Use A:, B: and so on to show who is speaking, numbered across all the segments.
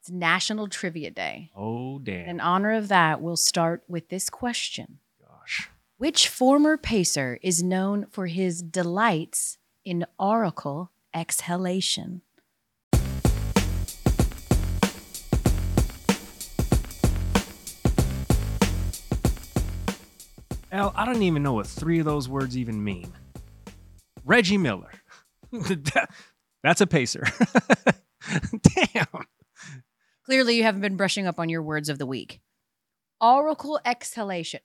A: It's National Trivia Day.
B: Oh damn!
A: In honor of that, we'll start with this question
B: Gosh.
A: Which former pacer is known for his delights in oracle exhalation?
B: Al, I don't even know what three of those words even mean. Reggie Miller. That- That's a pacer. Damn.
A: Clearly, you haven't been brushing up on your words of the week. Oracle exhalation.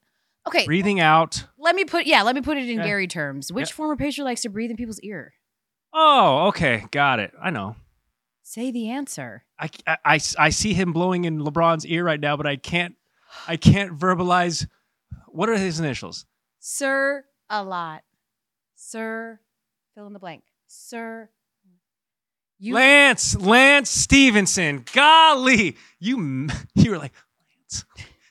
A: Okay,
B: Breathing out.
A: let me put yeah, let me put it in
B: Yeah.
A: Gary terms. Which former pacer likes to breathe in people's ear?
B: Oh, okay. Got it. I know.
A: Say the answer.
B: I, I, I, I see him blowing in LeBron's ear right now, but I can't I can't verbalize. What are his initials?
A: Sir a lot. Sir fill in the blank. Sir you
B: Lance Lance Stevenson. Golly, you m- you were like Lance.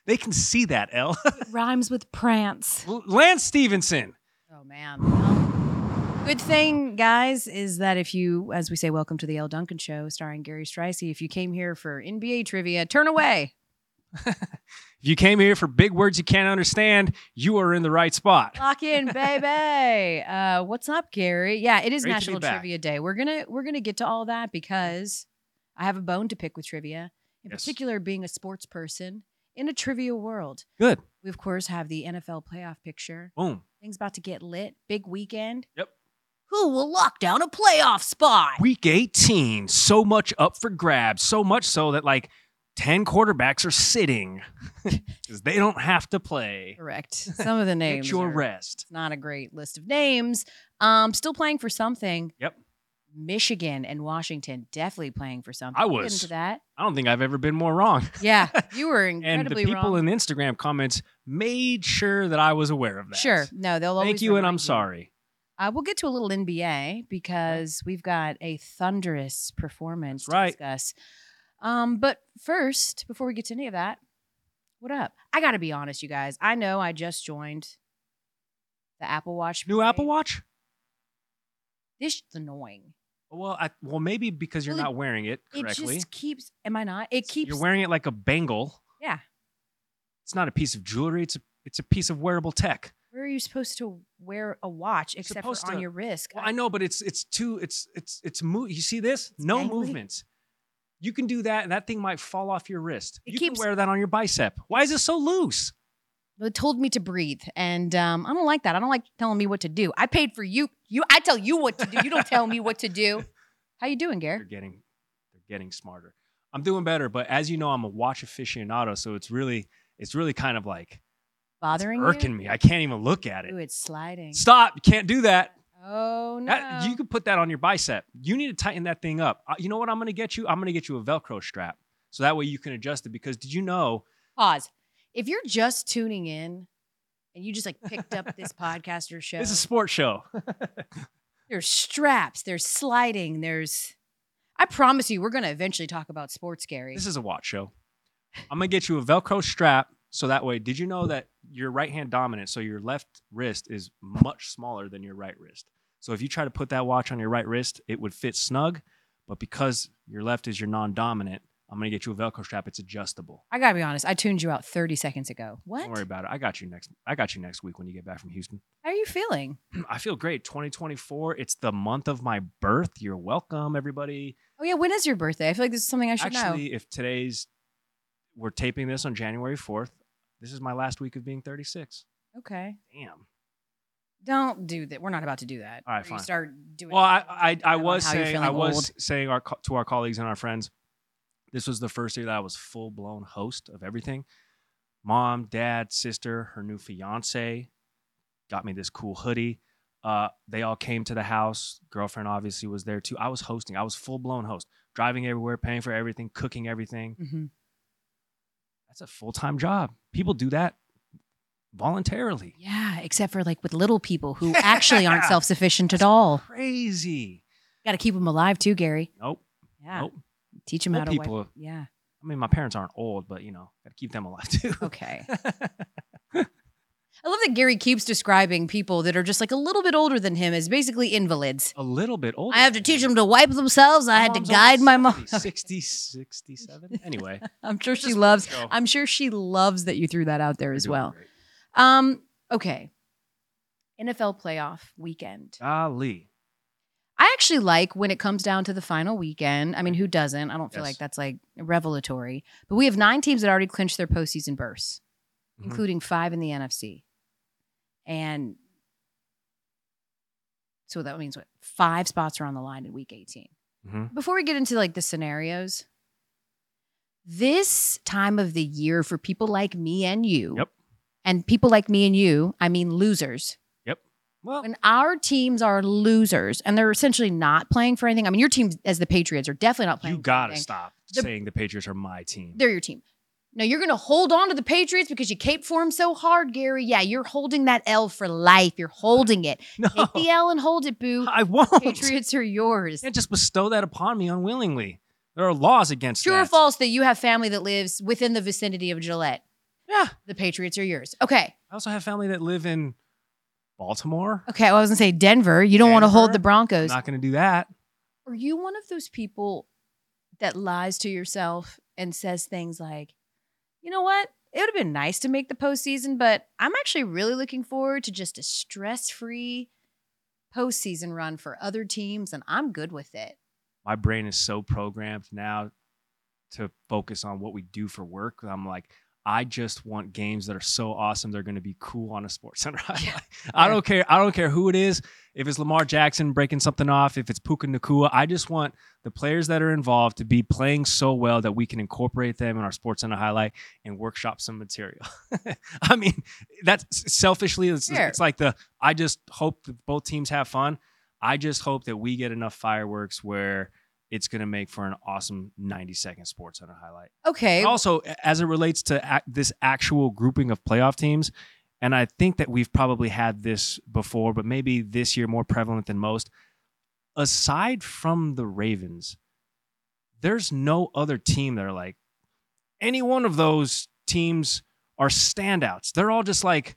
B: They can see that L.
A: rhymes with prance.
B: Lance Stevenson.
A: Oh man. Well, Good thing, guys, is that if you, as we say, welcome to the L. Duncan Show, starring Gary Stricey. If you came here for NBA trivia, turn away.
B: If you came here for big words you can't understand, you are in the right spot.
A: Lock in, baby. Uh, what's up, Gary? Yeah, it is
B: Great to be
A: National
B: back.
A: Trivia Day. We're gonna we're gonna get to all that because I have a bone to pick with trivia, in
B: Yes.
A: particular being a sports person in a trivia world.
B: Good.
A: We of course have the NFL playoff picture.
B: Boom.
A: Things about to get lit. Big weekend.
B: Yep.
A: Who will lock down a playoff spot?
B: Week 18, so much up for grabs, so much so that like 10 quarterbacks are sitting because they don't have to play.
A: Correct. Some of the names.
B: Get your
A: are-
B: rest.
A: It's not a great list of names. Um, still playing for something.
B: Yep.
A: Michigan and Washington definitely playing for something.
B: I
A: We'll get
B: was.
A: into that.
B: I don't think I've ever been more wrong.
A: Yeah, you were
B: And the
A: incredibly
B: people
A: wrong.
B: in the Instagram comments made sure that I was aware of that.
A: sure, no, they'll.
B: Thank
A: always
B: you, and
A: remind
B: I'm sorry.
A: Uh, we'll get to a little NBA because we've got a thunderous performance
B: That's right.
A: to discuss. Um, but first, before we get to any of that, what up? I got to be honest, you guys. I know I just joined the Apple Watch.
B: New Apple
A: parade.
B: Watch?
A: This shit's annoying.
B: Well, I, well, maybe because you're
A: Well, it-
B: not wearing it
A: It
B: correctly.
A: just keeps. Am I not? It keeps.
B: You're wearing it like a bangle.
A: Yeah.
B: It's not a piece of jewelry. It's a it's a piece of wearable tech.
A: Where are you supposed to wear a watch except for
B: supposed
A: on
B: to-
A: your wrist?
B: Well, I know, but it's it's too it's it's it's move. You see this? no
A: dangly.
B: movements. You can do that, and that thing might fall off your wrist.
A: It
B: you
A: keeps-
B: can wear that on your bicep. Why is it so loose?
A: They told me to breathe, and um, I don't like that. I don't like telling me what to do. I paid for you. You, I tell you what to do. You don't tell me what to do. How you doing,
B: They're
A: Gary?
B: getting they're getting smarter. I'm doing better, but as you know, I'm a watch aficionado, so it's really it's really kind of like it's
A: Bothering
B: irking
A: you?
B: me. I can't even look at
A: Ooh,
B: it.
A: it's sliding.
B: Stop! You can't do that.
A: Oh no!
B: That, you could put that on your bicep. You need to tighten that thing up. Uh, You know what I'm going to get you? I'm going to get you a Velcro strap. So that way you can adjust it because did you know?
A: Pause. If you're just tuning in, and you just like picked up this podcast or show,
B: This is a sports show.
A: there's straps, there's sliding, there's. I promise you, we're gonna eventually talk about sports, Gary.
B: This is a watch show. I'm going to get you a Velcro strap. So that way, did you know that your right hand dominant? So your left wrist is much smaller than your right wrist. So if you try to put that watch on your right wrist, it would fit snug. But because your left is your non dominant, I'm going to get you a Velcro strap. It's adjustable.
A: I gotta be honest. I tuned you out 30 seconds ago. What?
B: Don't worry about it. I got you next. I got you next week when you get back from Houston.
A: How are you feeling?
B: I feel great. 2024. It's the month of my birth. You're welcome, everybody.
A: Oh yeah, when is your birthday? I feel like this is something I should know.
B: Actually, if today's we're taping this on January 4th, this is my last week of being 36.
A: Okay.
B: Damn.
A: Don't do that. We're not about to do that.
B: All
A: Or
B: right,
A: You
B: fine.
A: start doing.
B: Well, I I, I
A: about
B: was
A: how you're
B: saying
A: feeling
B: I was
A: old.
B: saying our co- to our colleagues and our friends, this was the first year that I was full blown host of everything. Mom, dad, sister, her new fiance, got me this cool hoodie. Uh, they all came to the house. Girlfriend obviously was there too. I was hosting. I was full blown host, driving everywhere, paying for everything, cooking everything.
A: Mhm.
B: That's a full time job. People do that voluntarily.
A: Yeah, except for like with little people who actually aren't
B: Yeah.
A: self sufficient at all.
B: Crazy.
A: Got to keep them alive too, Gary.
B: Nope.
A: Yeah.
B: Nope.
A: Teach them
B: Old
A: how to. wipe-
B: people.
A: Yeah.
B: I mean, my parents aren't old, but you know, gotta keep them alive too.
A: Okay. I love that Gary keeps describing people that are just like a little bit older than him as basically invalids.
B: A little bit older.
A: I have to teach them to wipe themselves. I had to guide my mom.
B: 60, 67. Anyway,
A: I'm sure she
B: Just
A: loves.
B: go.
A: I'm sure she loves that you threw that out there
B: You're
A: as
B: doing
A: well.
B: great.
A: Um, okay. NFL playoff weekend.
B: Golly.
A: I actually like when it comes down to the final weekend. I mean, who doesn't? I don't feel
B: Mm. Yes.
A: like that's like revelatory. But we have nine teams that already clinched their postseason berths,
B: Mhm.
A: including five in the NFC. And so that means what? Five spots are on the line in week 18.
B: Mhm.
A: Before we get into like the scenarios, this time of the year for people like me and you,
B: Yep.
A: and people like me and you, I mean losers,
B: Well,
A: when our teams are losers and they're essentially not playing for anything, I mean, your teams as the Patriots are definitely not playing.
B: you
A: for
B: got to
A: anything.
B: stop
A: The-
B: saying the Patriots are my team.
A: They're your team. No, you're going to hold on to the Patriots because you cape for them so hard, Gary. Yeah, you're holding that L for life. You're holding it.
B: No,
A: Take the L and hold it, boo.
B: I won't.
A: Patriots are yours.
B: Can't just bestow that upon me unwillingly. There are laws against
A: True or
B: that.
A: false that you have family that lives within the vicinity of Gillette?
B: Yeah.
A: The Patriots are yours. Okay.
B: I also have family that live in Baltimore.
A: Okay. well, I was going to say Denver. You don't want to hold
B: Denver?
A: the Broncos.
B: Not going to do that.
A: Are you one of those people that lies to yourself and says things like, you know what? It would have been nice to make the postseason, but I'm actually really looking forward to just a stress free postseason run for other teams, and I'm good with it.
B: my brain is so programmed now to focus on what we do for work. I'm like, I just want games that are so awesome. They're going to be cool on a sports center. highlight. I don't care. I don't care who it is. If it's Lamar Jackson breaking something off, if it's Puka Nakua, I just want the players that are involved to be playing so well that we can incorporate them in our sports center highlight and workshop some material. I mean, that's selfishly, it's,
A: Fair.
B: it's like the, I just hope that both teams have fun. I just hope that we get enough fireworks where it's going to make for an awesome 90 second sports center highlight.
A: Okay.
B: But also, a- as it relates to ac this actual grouping of playoff teams, and I think that we've probably had this before, but maybe this year more prevalent than most. Aside from the Ravens, there's no other team that are like any one of those teams are standouts. They're all just like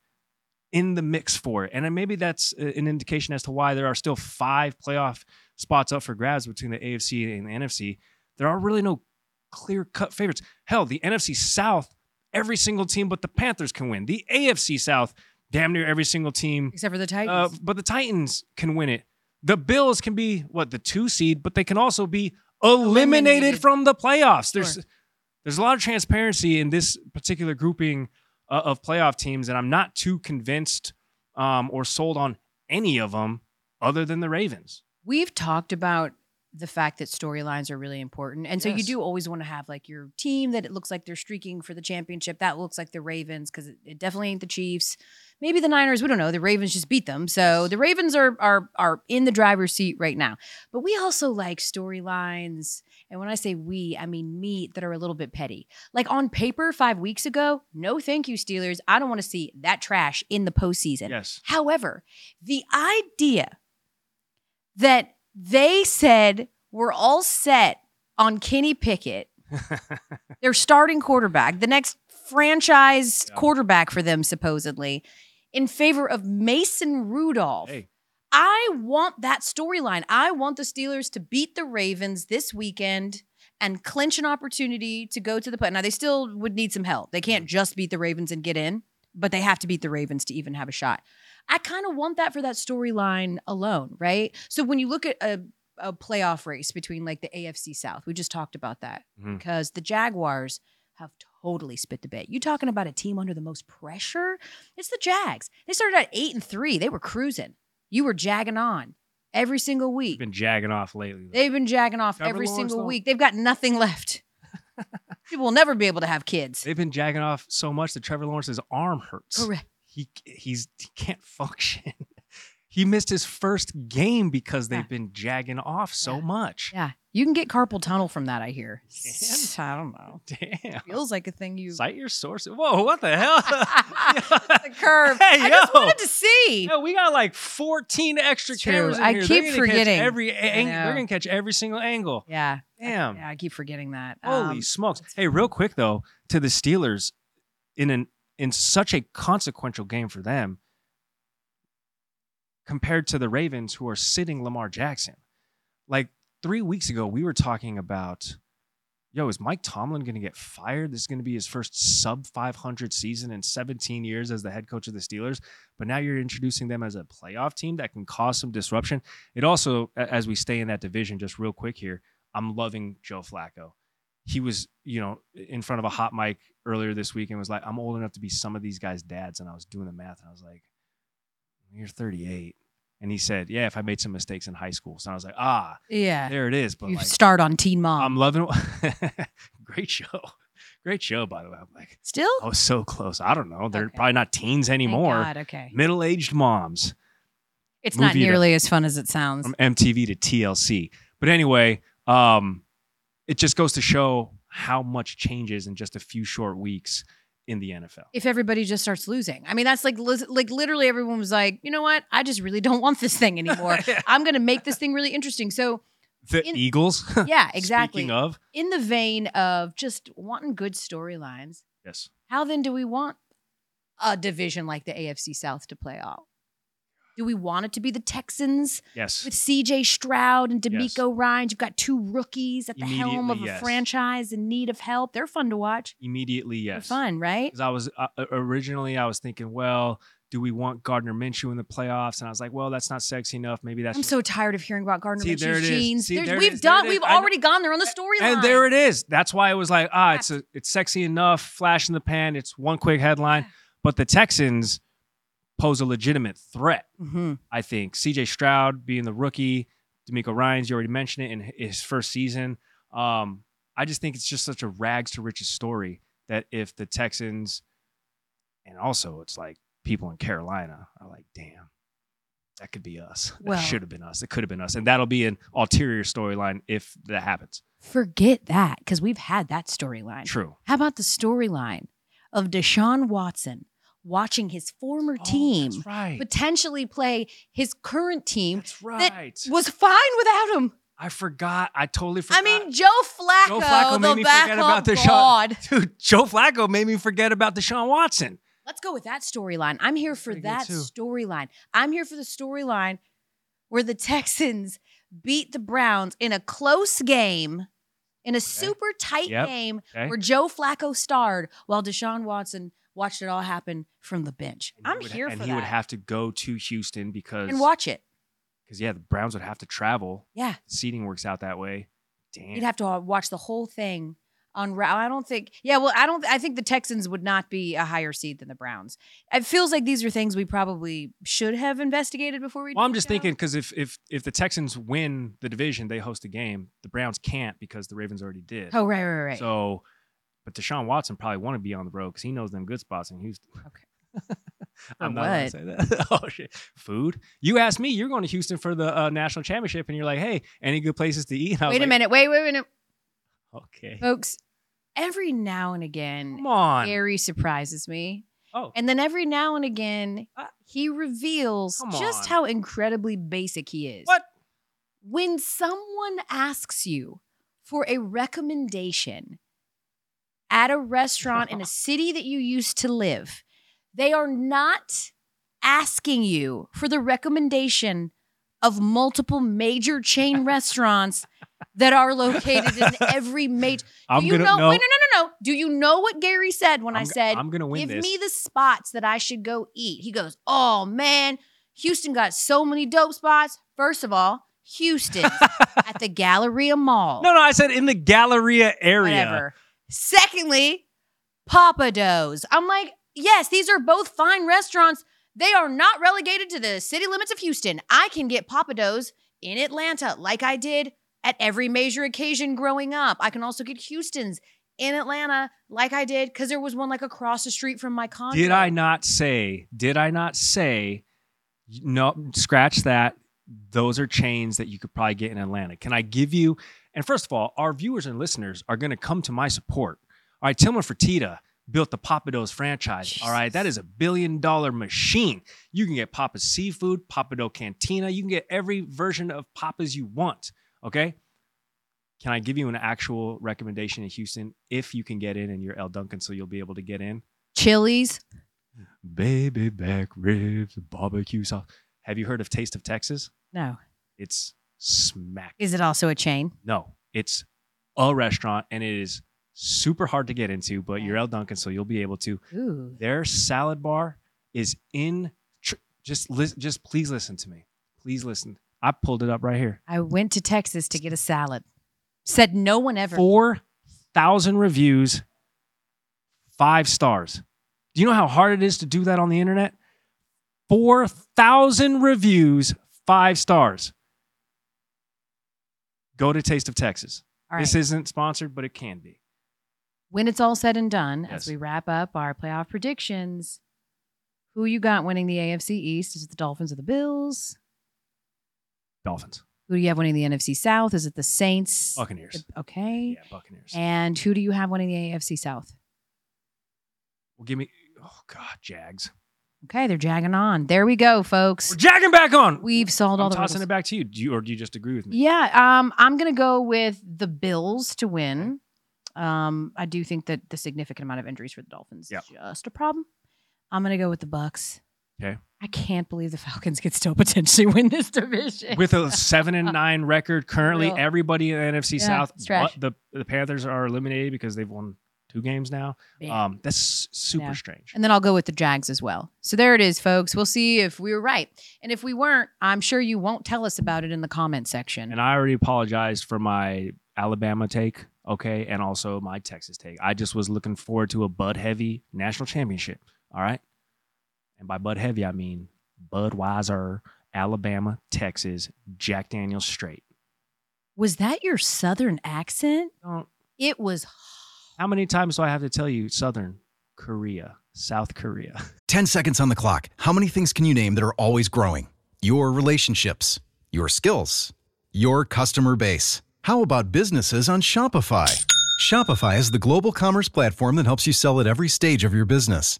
B: in the mix for it. And then maybe that's a- an indication as to why there are still five playoff spots up for grabs between the AFC and the NFC. There are really no clear cut favorites. Hell, the NFC South, every single team but the Panthers can win. The AFC South, damn near every single team
A: Except for the
B: uh,
A: Titans.
B: but the Titans can win it. The Bills can be what the two seed, but they can also be eliminated,
A: Eliminated.
B: from the playoffs. There's
A: Sure.
B: there's a lot of transparency in this particular grouping uh, of playoff teams, and I'm not too convinced um, or sold on any of them other than the Ravens.
A: We've talked about the fact that storylines are really important. And so you
B: Yes.
A: do always want to have like your team that it looks like they're streaking for the championship. That looks like the Ravens because it, it definitely ain't the Chiefs. Maybe the Niners, we don't know. The Ravens just beat them. So
B: Yes.
A: the Ravens are are are in the driver's seat right now. But we also like storylines. And when I say we, I mean me that are a little bit petty. Like on paper 5 weeks ago, no thank you Steelers. I don't want to see that trash in the postseason.
B: Yes,
A: However, the idea that they said we're all set on Kenny Pickett, their starting quarterback, the next franchise
B: Yeah.
A: quarterback for them, supposedly, in favor of Mason Rudolph.
B: hey,
A: I want that storyline. I want the Steelers to beat the Ravens this weekend and clinch an opportunity to go to the play. Now they still would need some help. They
B: Mm.
A: can't just beat the Ravens and get in, but they have to beat the Ravens to even have a shot. I kind of want that for that storyline alone, right? So when you look at a a playoff race between like the AFC South, we just talked about that
B: Mhm.
A: because the Jaguars have totally spit the bit. You talking about a team under the most pressure? It's the Jags. They started at eight and three. They were cruising. You were jagging on every single
B: you've
A: week.
B: been jagging off lately. though.
A: They've been jagging off
B: Trevor
A: every
B: Lawrence,
A: single
B: though?
A: week. They've got nothing left. People will never be able to have kids.
B: They've been jagging off so much that Trevor Lawrence's arm hurts.
A: Correct.
B: he he's he can't function. he missed his first game because they've
A: Yeah.
B: been jagging off so
A: Yeah.
B: much.
A: Yeah. You can get carpal tunnel from that, I hear.
B: Can?
A: I don't know.
B: Damn.
A: Feels like a thing you.
B: Cite your sources. Whoa, what the hell?
A: the curve.
B: Hey,
A: I just
B: yo.
A: wanted to see.
B: Yo, we got like 14 extra
A: It's true.
B: cameras. in
A: I
B: here.
A: keep
B: They're gonna catch
A: forgetting.
B: Every ang-
A: know.
B: they're gonna catch every single angle.
A: Yeah.
B: Damn.
A: Yeah, I keep forgetting that.
B: Um, Holy
A: Um,
B: smokes. Hey, real quick though, to the Steelers, in an in such a consequential game for them compared to the Ravens who are sitting Lamar Jackson. Like three weeks ago, we were talking about, yo, is Mike Tomlin going to get fired? This is going to be his first sub 500 season in 17 years as the head coach of the Steelers. But now you're introducing them as a playoff team that can cause some disruption. It also, a- as we stay in that division, just real quick here, I'm loving Joe Flacco. He was, you know, in front of a hot mic earlier this week and was like, I'm old enough to be some of these guys' dads. And I was doing the math and I was like, you're 38. And he said, Yeah, if I made some mistakes in high school. So I was like, Ah,
A: Yeah.
B: there it is. But
A: You
B: like,
A: start on Teen Mom.
B: I'm loving Great show. Great show, by the way. I'm like,
A: Still?
B: I was so close. I don't know. They're
A: Okay.
B: probably not teens
A: Thank
B: anymore.
A: God, okay.
B: Middle aged moms
A: It's not
B: movie to-
A: nearly as fun as it sounds.
B: from MTV to TLC. But anyway, um, it just goes to show how much changes in just a few short weeks in the NFL.
A: if everybody just starts losing. I mean, that's like lis- like literally everyone was like, you know what? I just really don't want this thing anymore. I'm going to make this thing really interesting. So,
B: the
A: In-
B: Eagles.
A: yeah, exactly.
B: Speaking of,
A: In the vein of just wanting good storylines,
B: yes.
A: how then do we want a division like the AFC South to play out? Do we want it to be the Texans
B: Yes.
A: with CJ Stroud and
B: Yes.
A: D'Amico Rhines? You've got two rookies at the helm of a
B: Immediately, yes.
A: franchise in need of help. They're fun to watch.
B: Immediately, yes.
A: They're fun, right?
B: because I was uh, originally I was thinking, well, do we want Gardner Minshew in the playoffs? And I was like, well, that's not sexy enough. Maybe that's
A: I'm
B: just-
A: so tired of hearing about Gardner
B: See, there
A: Minshew's
B: it is.
A: jeans.
B: See,
A: There's-
B: there it
A: we've
B: is. There
A: done.
B: it is.
A: We've
B: I know.
A: already gone there on the storyline.
B: and there it is. That's why it was like, ah, it's a, it's sexy enough, flash in the pan. It's one quick headline,
A: Yeah.
B: but the Texans pose a legitimate threat.
A: Mhm.
B: I think C.J. Stroud being the rookie, D'Amico Ryan's. You already mentioned it in h- his first season. Um, I just think it's just such a rags to riches story that if the Texans, and also it's like people in Carolina are like, damn, that could be us.
A: Well-
B: that should have been us. It could have been us, and that'll be an ulterior storyline if that happens.
A: Forget that because we've had that storyline.
B: True.
A: How about the storyline of Deshaun Watson watching his former team
B: Oh, that's right.
A: potentially play his current team?
B: That's right.
A: Was fine without him.
B: I forgot. I totally
A: I
B: forgot.
A: mean, Joe Flacco,
B: Joe Flacco
A: the
B: made me forget
A: backup
B: about Deshaun.
A: god.
B: dude, Joe Flacco made me forget about Deshaun Watson.
A: Let's go with that storyline. I'm here
B: That's
A: for
B: pretty good,
A: that
B: too.
A: storyline. I'm here for the storyline where the Texans beat the Browns in a close game, in a super tight
B: Yep.
A: game
B: Okay.
A: where Joe Flacco starred while Deshaun Watson watched it all happen from the bench.
B: And he
A: I'm
B: would-
A: here
B: and
A: for
B: he would
A: that.
B: have to go to Houston because
A: And watch it.
B: because yeah, the Browns would have to travel.
A: Yeah.
B: Seating works out that way. Damn.
A: You'd have to uh, watch the whole thing on route. I don't think. Yeah, well, I don't. I think the Texans would not be a higher seed than the Browns. It feels like these are things we probably should have investigated before we.
B: well, I'm
A: did
B: just
A: the show.
B: thinking because if if if the Texans win the division, they host a game. The Browns can't because the Ravens already did.
A: Oh right, right, right.
B: So, but Deshaun Watson probably want to be on the road because he knows them good spots in Houston.
A: Okay.
B: I'm
A: For
B: not allowed to say that. oh shit. Food. You asked me. You're going to Houston for the uh, national championship, and you're like, "Hey, any good places to eat?" And I was
A: wait a
B: like,
A: minute. Wait, wait, wait, a minute.
B: Okay.
A: folks. Every now and again,
B: Come on.
A: Gary surprises me,
B: Oh,
A: and then every now and again, uh, he reveals
B: Come
A: just
B: on.
A: how incredibly basic he is.
B: What?
A: When someone asks you for a recommendation at a restaurant in a city that you used to live, they are not asking you for the recommendation of multiple major chain restaurants that are located in every major.
B: I'm
A: Do you
B: gonna
A: know?
B: no,
A: Wait, no, no, no, no. Do you know what Gary said when i
B: I'm, g-
A: said
B: I'm gonna win
A: give
B: this.
A: me the spots that I should go eat. He goes, Oh man, Houston got so many dope spots. First of all, Houston at the Galleria Mall.
B: no, no. I said in the Galleria area.
A: Whatever. Secondly, Papa Do's. I'm like, yes, these are both fine restaurants. They are not relegated to the city limits of Houston. I can get Papa Do's in Atlanta like I did at every major occasion growing up. I can also get Houston's in Atlanta like I did because there was one like across the street from my condo.
B: Did I not say? Did I not say? No, scratch that. Those are chains that you could probably get in Atlanta. Can I give you? And first of all, our viewers and listeners are going to come to my support. All right, Tilman Fertitta built the Papados franchise. All right, that is a billion dollar machine. You can get Papa's seafood, Papado Cantina. You can get every version of Papa's you want. Okay. Can I give you an actual recommendation in Houston if you can get in and you're L Duncan so you'll be able to get in?
A: Chili's.
B: Baby back ribs, barbecue sauce. Have you heard of Taste of Texas?
A: No.
B: It's smack.
A: Is it also a chain?
B: No, it's a restaurant and it is super hard to get into, but you're El Duncan, so you'll be able to.
A: Ooh.
B: Their salad bar is in. Tr- just listen. Just please listen to me. Please listen. I pulled it up right here.
A: I went to Texas to get a salad. Said no one ever.
B: Four thousand reviews, five stars. Do you know how hard it is to do that on the internet? Four thousand reviews, five stars. Go to Taste of Texas.
A: All right.
B: This isn't sponsored, but it can be.
A: when it's all said and done,
B: Yes.
A: as we wrap up our playoff predictions, who you got winning the AFC East? Is it the Dolphins or the Bills?
B: Dolphins,
A: Who do you have winning the NFC South? Is it the Saints?
B: Buccaneers.
A: Okay.
B: Yeah, Buccaneers.
A: And who do you have winning the AFC South?
B: Well, give me. Oh God, Jags.
A: Okay, they're jagging on. There we go, folks.
B: We're jagging back on.
A: We've solved all
B: I'm
A: the
B: tossing
A: riddles.
B: it back to you. Do you or do you just agree with me?
A: Yeah, um, I'm gonna go with the Bills to win. Um, I do think that the significant amount of injuries for the Dolphins
B: Yep.
A: is just a problem. I'm gonna go with the Bucks.
B: Okay.
A: I can't believe the Falcons could still potentially win this division.
B: With a seven and nine record currently,
A: Real.
B: everybody in the NFC
A: Yeah,
B: South.
A: it's trash.
B: the the Panthers are eliminated because they've won two games now.
A: Yeah.
B: Um, that's s- super
A: Yeah.
B: strange.
A: and then I'll go with the Jags as well. So there it is, folks. We'll see if we were right. And if we weren't, I'm sure you won't tell us about it in the comment section.
B: And I already apologized for my Alabama take, okay, and also my Texas take. I just was looking forward to a Bud Heavy national championship. All right, and by Bud Heavy I mean Budweiser, Alabama, Texas, Jack Daniel's straight.
A: was that your southern accent?
B: Don't
A: It was
B: How many times do I have to tell you Southern Korea, South Korea?
C: 10 seconds on the clock. How many things can you name that are always growing? Your relationships, your skills, your customer base. How about businesses on Shopify? Shopify is the global commerce platform that helps you sell at every stage of your business.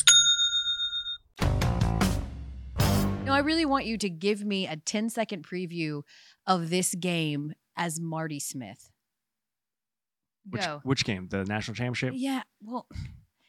A: No, I really want you to give me a 10 second preview of this game as Marty Smith.
B: Which,
A: Go.
B: which game? The national championship?
A: Yeah. Well,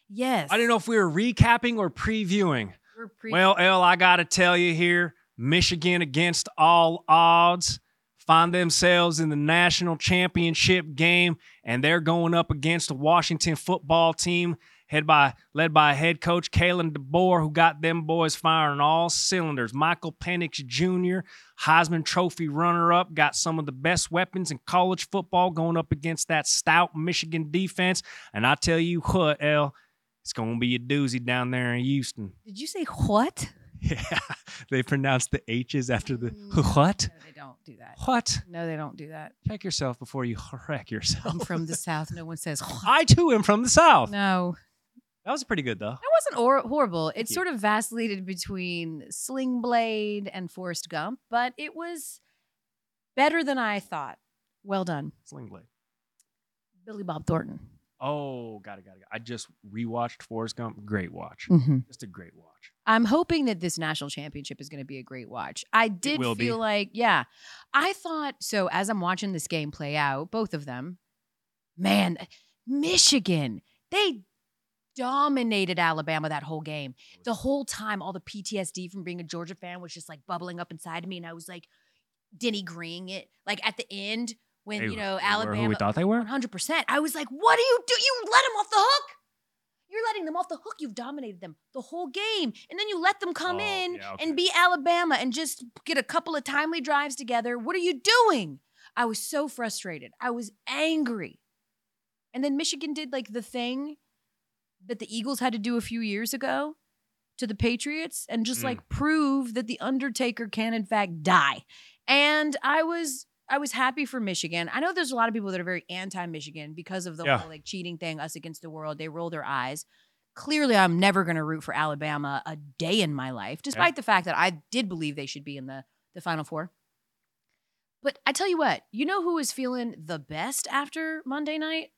A: yes.
B: I didn't know if we were recapping or previewing.
A: We're pre-
B: well, L, I got to tell you here Michigan against all odds find themselves in the national championship game, and they're going up against the Washington football team. Head by led by head coach Kalen DeBoer, who got them boys firing all cylinders. Michael Penix Jr., Heisman Trophy runner-up, got some of the best weapons in college football going up against that stout Michigan defense. And I tell you what, L, it's gonna be a doozy down there in Houston.
A: Did you say what?
B: Yeah, they pronounce the H's after the
A: Mm.
B: what?
A: No, they don't do that.
B: What?
A: No, they don't do that.
B: Check yourself before you wreck
A: I'm
B: yourself.
A: from the South. No one says what.
B: I too am from the South.
A: No.
B: That was pretty good though.
A: That wasn't or- horrible. It
B: you.
A: sort of vacillated between Sling Blade and Forrest Gump, but it was better than I thought. Well done,
B: Sling blade.
A: Billy Bob Thornton.
B: Oh, got it, got it. got it. I just rewatched Forrest Gump. Great watch.
A: Mm-hmm.
B: Just a great watch.
A: I'm hoping that this national championship is going to be a great watch. I did
B: will
A: feel
B: be.
A: like, yeah, I thought so. As I'm watching this game play out, both of them, man, Michigan, they dominated Alabama that whole game. The whole time, all the PTSD from being a Georgia fan was just like bubbling up inside of me, and I was like, Denny Green, it like at the end when
B: They
A: you know
B: were who
A: Alabama
B: we thought they were.
A: 100%. I was like, what do you do? You let them off the hook. You're letting them off the hook. You've dominated them the whole game. And then you let them come
B: Oh,
A: in
B: yeah, okay.
A: and beat Alabama and just get a couple of timely drives together. What are you doing? I was so frustrated. I was angry. And then Michigan did like the thing that the Eagles had to do a few years ago to the Patriots and just
B: Mm.
A: like prove that the Undertaker can in fact die. And I was I was happy for Michigan. I know there's a lot of people that are very anti-Michigan because of the
B: Yeah.
A: whole like cheating thing, us against the world. They roll their eyes. Clearly, I'm never going to root for Alabama a day in my life, despite the fact that I did believe they should be in the the Final Four. But I tell you what, you know who is feeling the best after Monday night?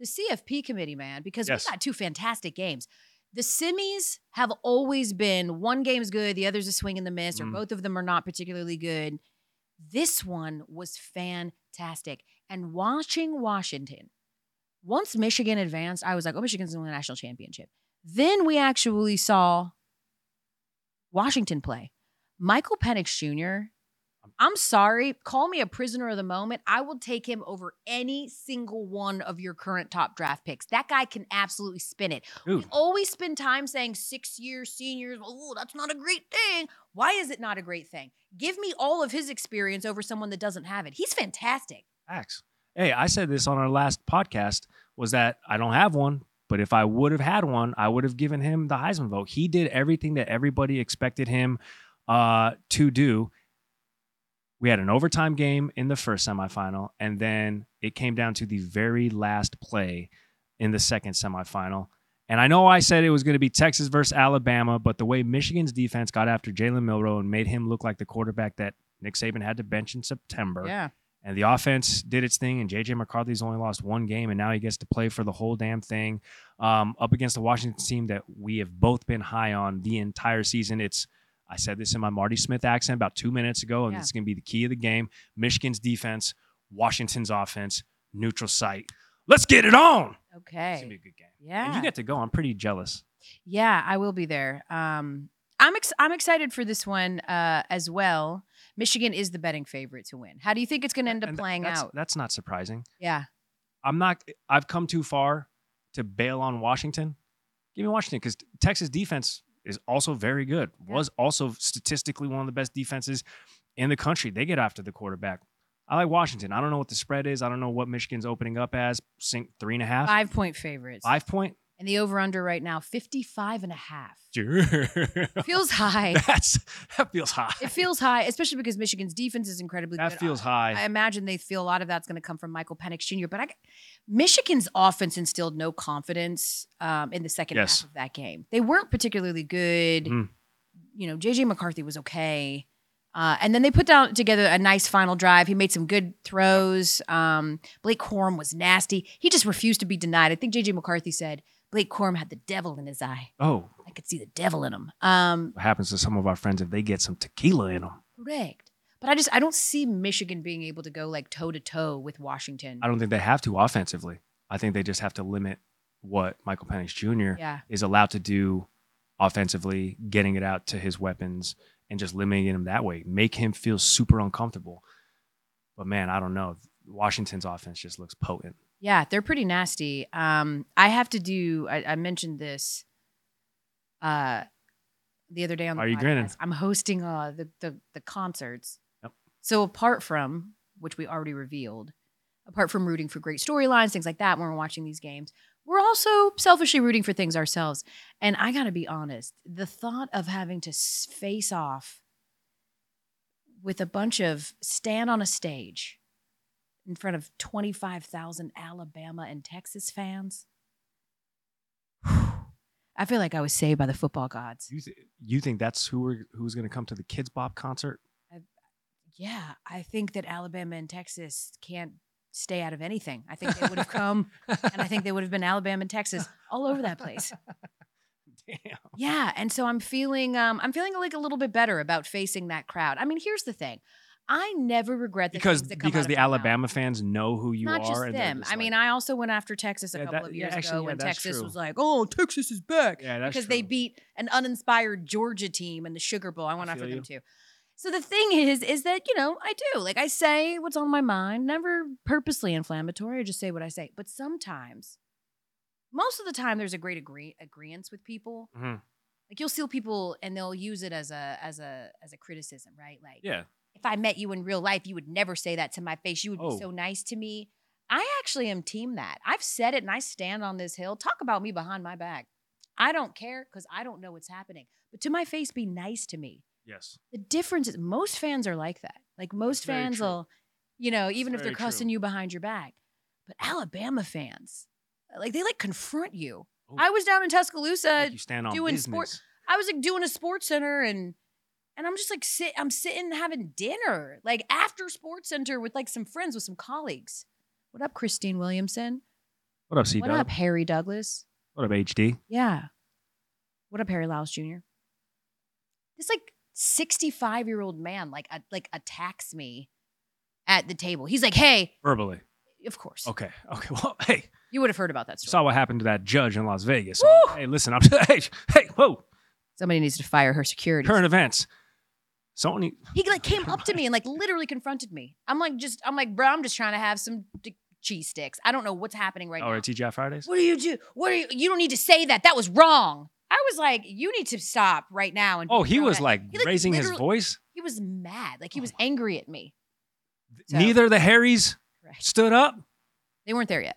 A: The CFP committee, man, because
B: Yes.
A: we got two fantastic games. The semis have always been one game's good, the other's a swing in the miss, or
B: Mm.
A: both of them are not particularly good. This one was fantastic. And watching Washington, once Michigan advanced, I was like, oh, Michigan's going to win the national championship. Then we actually saw Washington play. Michael Penix Jr., I'm sorry, call me a prisoner of the moment. I will take him over any single one of your current top draft picks. That guy can absolutely spin it.
B: Dude,
A: We always spend time saying six year seniors, oh, that's not a great thing. Why is it not a great thing? Give me all of his experience over someone that doesn't have it. He's fantastic.
B: facts. Hey, I said this on our last podcast was that I don't have one, but if I would have had one, I would have given him the Heisman vote. He did everything that everybody expected him uh, to do. We had an overtime game in the first semifinal, and then it came down to the very last play in the second semifinal. And I know I said it was going to be Texas versus Alabama, but the way Michigan's defense got after Jalen Milrow and made him look like the quarterback that Nick Saban had to bench in September,
A: Yeah.
B: and the offense did its thing, and JJ McCarthy's only lost one game, and now he gets to play for the whole damn thing um, up against the Washington team that we have both been high on the entire season. It's I said this in my Marty Smith accent about two minutes ago, and
A: Yeah.
B: it's going to be the key of the game: Michigan's defense, Washington's offense, neutral site. Let's get it on. It's gonna be a
A: Okay.
B: good game.
A: Yeah.
B: And you get to go. I'm pretty jealous.
A: Yeah, I will be there. Um, I'm ex- I'm excited for this one uh, as well. Michigan is the betting favorite to win. How do you think it's going to end up
B: And th-
A: playing
B: that's-
A: out?
B: That's not surprising.
A: Yeah,
B: I'm not. I've come too far to bail on Washington. Give me Washington because Texas defense is also very good.
A: Yeah.
B: Was also statistically one of the best defenses in the country. They get after the quarterback. I like Washington. I don't know what the spread is. I don't know what Michigan's opening up as. Sink three and a half,
A: five point favorites.
B: five point.
A: And the over under right now 55 and a half.
B: That's
A: Feels high.
B: that feels high.
A: It feels high, especially because Michigan's defense is incredibly
B: that
A: good.
B: feels high.
A: I imagine they feel a lot of that's going to come from Michael Penix Jr. But I, Michigan's offense instilled no confidence um, in the second
B: Yes.
A: half of that game. They weren't particularly good.
B: Mm.
A: You know, JJ McCarthy was okay. Uh, and then they put down together a nice final drive. He made some good throws. Um, Blake Corum was nasty. He just refused to be denied. I think JJ McCarthy said Blake Corum had the devil in his eye.
B: oh,
A: I could see the devil in him. Um,
B: what happens to some of our friends if they get some tequila in them?
A: correct. But I just I don't see Michigan being able to go like toe to toe with Washington.
B: I don't think they have to offensively. I think they just have to limit what Michael Penix Jr.
A: Yeah.
B: is allowed to do offensively, getting it out to his weapons and just limiting him that way. Make him feel super uncomfortable. But man, I don't know. Washington's offense just looks potent.
A: Yeah, they're pretty nasty. Um, I have to do. I, I mentioned this uh, the other day on the.
B: Are you
A: podcast.
B: grinning?
A: I'm hosting uh, the, the the concerts.
B: Yep.
A: So apart from which we already revealed, apart from rooting for great storylines, things like that, when we're watching these games, we're also selfishly rooting for things ourselves. And I gotta be honest, the thought of having to s- face off with a bunch of stand on a stage in front of 25,000 Alabama and Texas fans. I feel like I was saved by the football gods.
B: You, th- you think that's who we're, who's going to come to the Kids Bop concert?
A: Yeah, I think that Alabama and Texas can't stay out of anything. I think they would have come and I think they would have been Alabama and Texas all over that place.
B: Damn.
A: Yeah, and so I'm feeling um I'm feeling like a little bit better about facing that crowd. I mean, here's the thing. I never regret the
B: Because
A: things that come out
B: because
A: of
B: the
A: my mouth.
B: Alabama fans know who you
A: not
B: are.
A: just
B: and they're
A: them.
B: just
A: I mean,
B: like-
A: I also went after Texas a
B: Yeah,
A: couple
B: that-
A: of
B: yeah,
A: years
B: actually,
A: ago
B: yeah,
A: when
B: that's
A: Texas
B: true.
A: was like, "Oh, Texas is back,"
B: yeah, that's
A: because they
B: true.
A: beat an uninspired Georgia team in the Sugar Bowl. I went after
B: feel
A: them too. So the thing is, is that you know I do like I say what's on my mind, never purposely inflammatory. I just say what I say. But sometimes, most of the time, there's a great agree agreement with people.
B: Mhm.
A: Like you'll see people and they'll use it as a as a as a criticism, right? Like
B: Yeah.
A: if I met you in real life, you would never say that to my face. You would
B: Oh.
A: be so nice to me. I actually am team that. I've said it and I stand on this hill. Talk about me behind my back. I don't care because I don't know what's happening. But to my face, be nice to me.
B: Yes.
A: The difference is most fans are like that. Like most
B: That's very
A: fans
B: true.
A: will, you know,
B: That's
A: even if they're
B: very true.
A: cussing you behind your back. But Alabama fans, like they like confront you.
B: Oh.
A: I was down in Tuscaloosa
B: Like you stand on
A: Uh, doing
B: business.
A: sport- I was like doing a sports center and And I'm just like sit I'm sitting having dinner, like after Sports Center with like some friends with some colleagues. What up, Christine Williamson?
B: What up, C
A: what
B: Dub?
A: up, Harry Douglas?
B: What up, HD?
A: Yeah. What up, Harry Lyles Jr.? This like 65 year old man like a, like attacks me at the table. He's like, "Hey,
B: Verbally.
A: of course,
B: Okay. Okay. Well, hey,
A: you would have heard about that story.
B: saw what happened to that judge in Las Vegas.
A: Woo!
B: Hey, listen, I'm hey, hey, whoa,
A: Somebody needs to fire her security."
B: current events. Sony,
A: He like came up to me and like literally confronted me. I'm like, just I'm like, bro, I'm just trying to have some d- cheese sticks. I don't know what's happening right
B: oh,
A: now.
B: at TGI Fridays.
A: What do you do? What are you? You don't need to say that. That was wrong. I was like, you need to stop right now. And
B: Oh, he
A: throw
B: was
A: that-
B: like
A: He, like,
B: raising his
A: literally-
B: voice.
A: he was mad. Like he
B: Oh
A: was angry at me. So-
B: Neither of the Harrys
A: Right.
B: stood up.
A: They weren't there yet.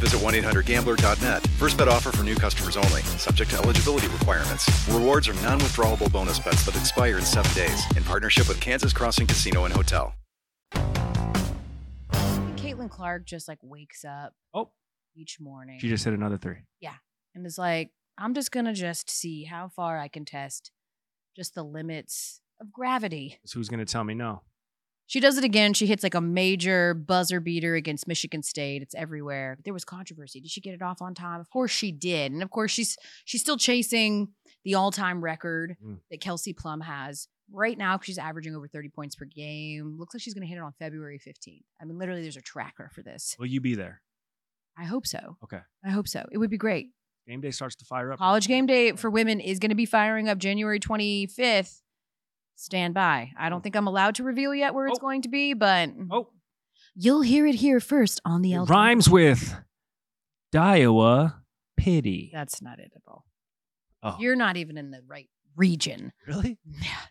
C: visit 1-800-GAMBLER.net. First bet offer for new customers only, subject to eligibility requirements. Rewards are non-withdrawable bonus bets that expire in seven days in partnership with Kansas Crossing Casino and Hotel.
A: And Caitlin Clark just like wakes up
B: Oh,
A: each morning
B: she just hit another three.
A: and is like, I'm just gonna just see how far I can test just the limits of gravity.
B: So who's gonna tell me no?
A: She does it again. She hits like a major buzzer beater against Michigan State. It's everywhere. There was controversy. Did she get it off on time? Of course she did. And of course she's she's still chasing the all-time record
B: Mm.
A: that Kelsey Plum has right now. She's averaging over 30 points per game. Looks like she's going to hit it on February 15th. I mean, literally there's a tracker for this.
B: Will you be there?
A: I hope so.
B: Okay.
A: I hope so. It would be great.
B: Game day starts to fire up.
A: College game day for women is going to be firing up January 25th. Stand by. I don't think I'm allowed to reveal yet where it's
B: Oh.
A: going to be, but
B: Oh,
A: You'll hear it here first on the
B: it
A: LT.
B: rhymes with Daiwa pity.
A: That's not it at all.
B: Oh,
A: You're not even in the right region.
B: really?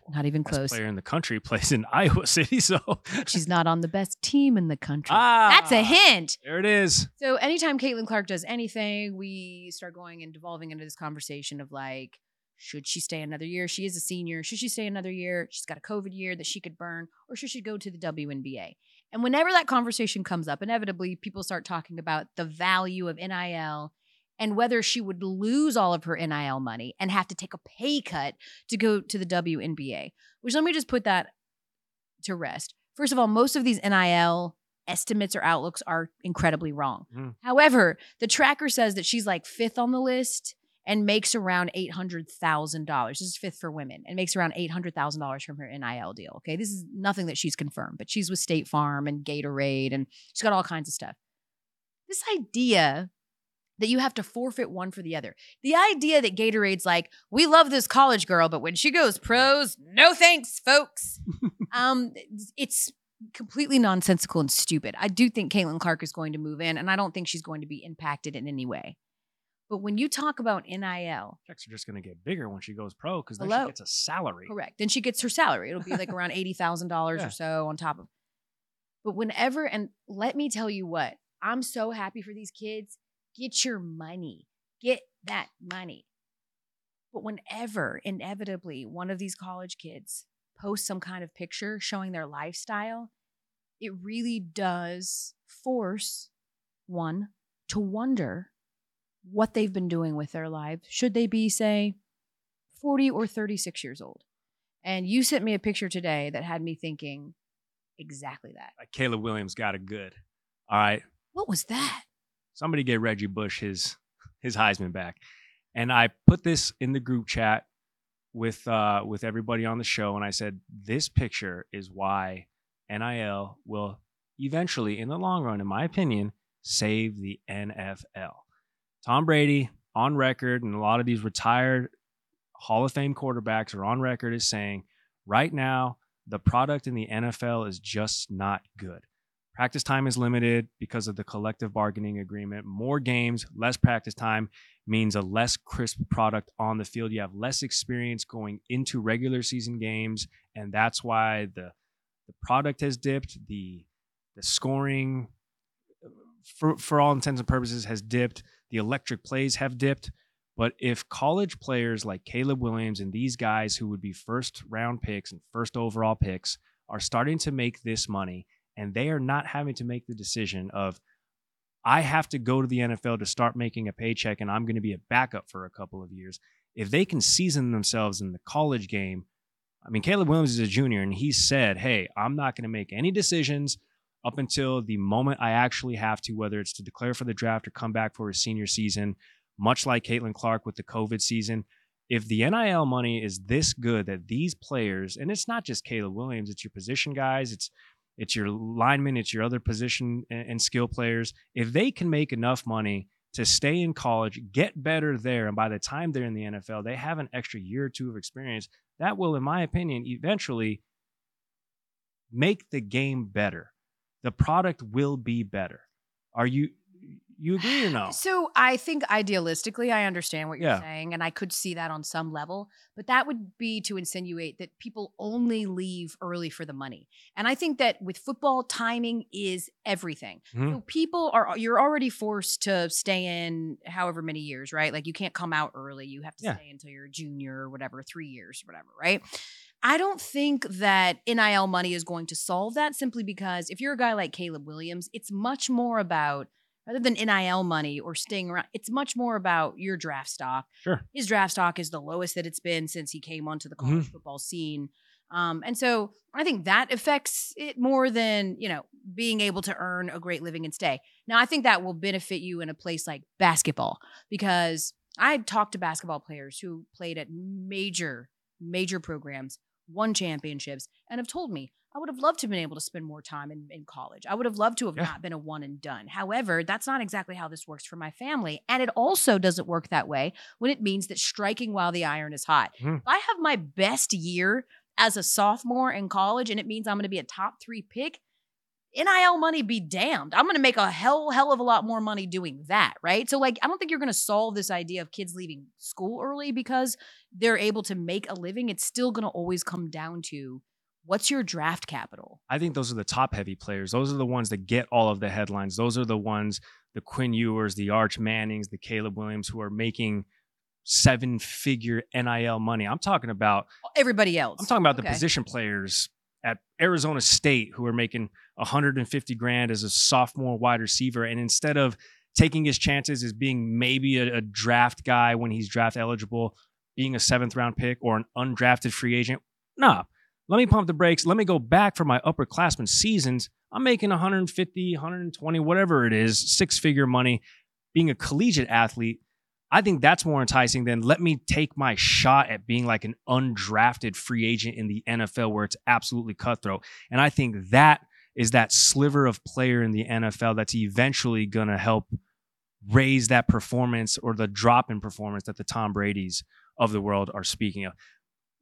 A: Not even
B: Best
A: close.
B: player in the country plays in Iowa City, so
A: She's not on the best team in the country.
B: ah,
A: That's a hint.
B: There it is.
A: So anytime Caitlin Clark does anything, we start going and devolving into this conversation of like, should she stay another year? She is a senior. Should she stay another year? She's got a COVID year that she could burn, or should she go to the WNBA? And whenever that conversation comes up, inevitably people start talking about the value of NIL and whether she would lose all of her NIL money and have to take a pay cut to go to the WNBA. Which let me just put that to rest. First of all, most of these NIL estimates or outlooks are incredibly wrong.
B: Mhm.
A: However, the tracker says that she's like fifth on the list and makes around $800,000. This is fifth for women and makes around $800,000 from her NIL deal. Okay. This is nothing that she's confirmed, but she's with State Farm and Gatorade and she's got all kinds of stuff. This idea that you have to forfeit one for the other. The idea that Gatorade's like, we love this college girl, but when she goes pros, no thanks, folks. um, it's completely nonsensical and stupid. I do think Caitlin Clark is going to move in, and I don't think she's going to be impacted in any way. But when you talk about NIL,
B: Checks are just gonna get bigger when she goes pro because then
A: Hello.
B: she gets a salary.
A: correct, then she gets her salary. It'll be like around eighty thousand dollars
B: Yeah.
A: or so on top of. But whenever, and let me tell you what, I'm so happy for these kids. Get your money. Get that money. But whenever, inevitably, one of these college kids posts some kind of picture showing their lifestyle, it really does force one to wonder what they've been doing with their lives. Should they be, say, 40 or 36 years old? And you sent me a picture today that had me thinking exactly that.
B: Like Caleb Williams got a good. All right,
A: What was that?
B: somebody get Reggie Bush his his Heisman back. And I put this in the group chat with uh with everybody on the show and I said this picture is why NIL will eventually in the long run in my opinion save the NFL. Tom Brady on record, and a lot of these retired Hall of Fame quarterbacks are on record as saying, right now, the product in the NFL is just not good. Practice time is limited because of the collective bargaining agreement. More games, less practice time means a less crisp product on the field. You have less experience going into regular season games, and that's why the the product has dipped. The the scoring, for for all intents and purposes, has dipped. The electric plays have dipped. But if college players like Caleb Williams and these guys who would be first round picks and first overall picks are starting to make this money and they are not having to make the decision of I have to go to the NFL to start making a paycheck and I'm going to be a backup for a couple of years. If they can season themselves in the college game, I mean Caleb Williams is a junior and he said, "Hey, I'm not going to make any decisions up until the moment I actually have to whether it's to declare for the draft or come back for his senior season." much like Caitlin Clark with the COVID season. If the NIL money is this good that these players, and it's not just Caleb Williams, it's your position guys, it's it's your linemen, it's your other position and, and skill players. If they can make enough money to stay in college, get better there, and by the time they're in the NFL, they have an extra year or two of experience. That will, in my opinion, eventually make the game better. The product will be better. Are you you agree or no?
A: So I think idealistically, I understand what you're
B: Oh. Yeah.
A: saying, and I could see that on some level, but that would be to insinuate that people only leave early for the money. And I think that with football, timing is everything.
B: Mhm.
A: So people are, you're already forced to stay in however many years, right? Like you can't come out early. You have to
B: Yeah.
A: stay until you're a junior or whatever, three years, whatever, right? I don't think that NIL money is going to solve that simply because if you're a guy like Caleb Williams, it's much more about rather than NIL money or staying around, it's much more about your draft stock.
B: Sure.
A: His draft stock is the lowest that it's been since he came onto the college football scene. Um, and so I think that affects it more than, you know, being able to earn a great living and stay. Now, I think that will benefit you in a place like basketball because I had talked to basketball players who played at major, major programs, won championships, and have told me I would have loved to have been able to spend more time in, in college. I would have loved to have
B: Yeah.
A: not been a one and done. However, that's not exactly how this works for my family. And it also doesn't work that way when it means that striking while the iron is hot.
B: Mhm.
A: If I have my best year as a sophomore in college and it means I'm going to be a top three pick, NIL money be damned. I'm going to make a hell hell of a lot more money doing that, right? So like I don't think you're going to solve this idea of kids leaving school early because they're able to make a living. It's still going to always come down to what's your draft capital.
B: I think those are the top heavy players. Those are the ones that get all of the headlines. Those are the ones, the Quinn Ewers, the Arch Mannings, the Caleb Williams, who are making seven figure NIL money. I'm talking about
A: Everybody else.
B: I'm talking about the
A: Okay.
B: position players at Arizona State who are making 150 grand as a sophomore wide receiver, and instead of taking his chances as being maybe a, a draft guy when he's draft eligible, being a seventh round pick or an undrafted free agent, nah. Let me pump the brakes. Let me go back for my upperclassmen seasons. I'm making 150, 120, whatever it is, six figure money. Being a collegiate athlete, I think that's more enticing than let me take my shot at being like an undrafted free agent in the NFL where it's absolutely cutthroat. And I think that is that sliver of player in the NFL that's eventually going to help raise that performance or the drop in performance that the Tom Brady's of the world are speaking of.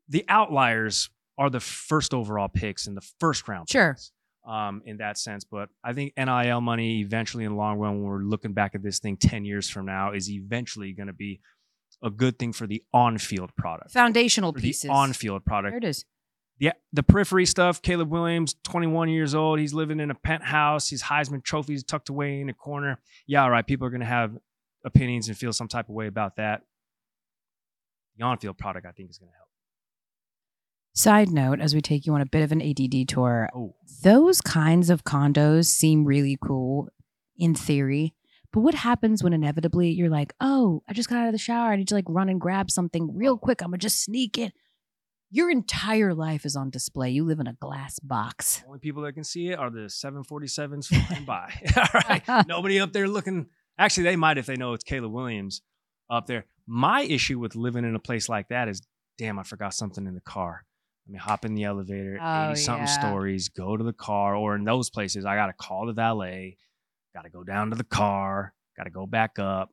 B: The outliers are the first overall picks in the first round.
A: Sure.
B: picks, Um, in that sense, but I think NIL money eventually, in the long run, when we're looking back at this thing 10 years from now, is eventually going to be a good thing for the on field product.
A: foundational
B: For the
A: pieces.
B: on field product
A: there it is.
B: yeah, the periphery stuff. Caleb Williams, 21 years old. He's living in a penthouse. His Heisman trophies tucked away in a corner. Yeah, all right. People are going to have opinions and feel some type of way about that. The on-field product, I think, is going to help.
A: Side note as we take you on a bit of an ADD tour,
B: Oh,
A: those kinds of condos seem really cool in theory. But what happens when inevitably you're like, oh, I just got out of the shower. I need to like run and grab something real quick. I'm going to just sneak in. Your entire life is on display. You live in a glass box.
B: the only people that can see it are the 747s flying by. all right, nobody up there looking. Actually, they might if they know it's Caleb Williams up there. My issue with living in a place like that is, damn, I forgot something in the car. Let me hop in the elevator,
A: Oh,
B: 80 something
A: yeah.
B: stories, go to the car, or in those places, I got to call the valet, got to go down to the car, got to go back up.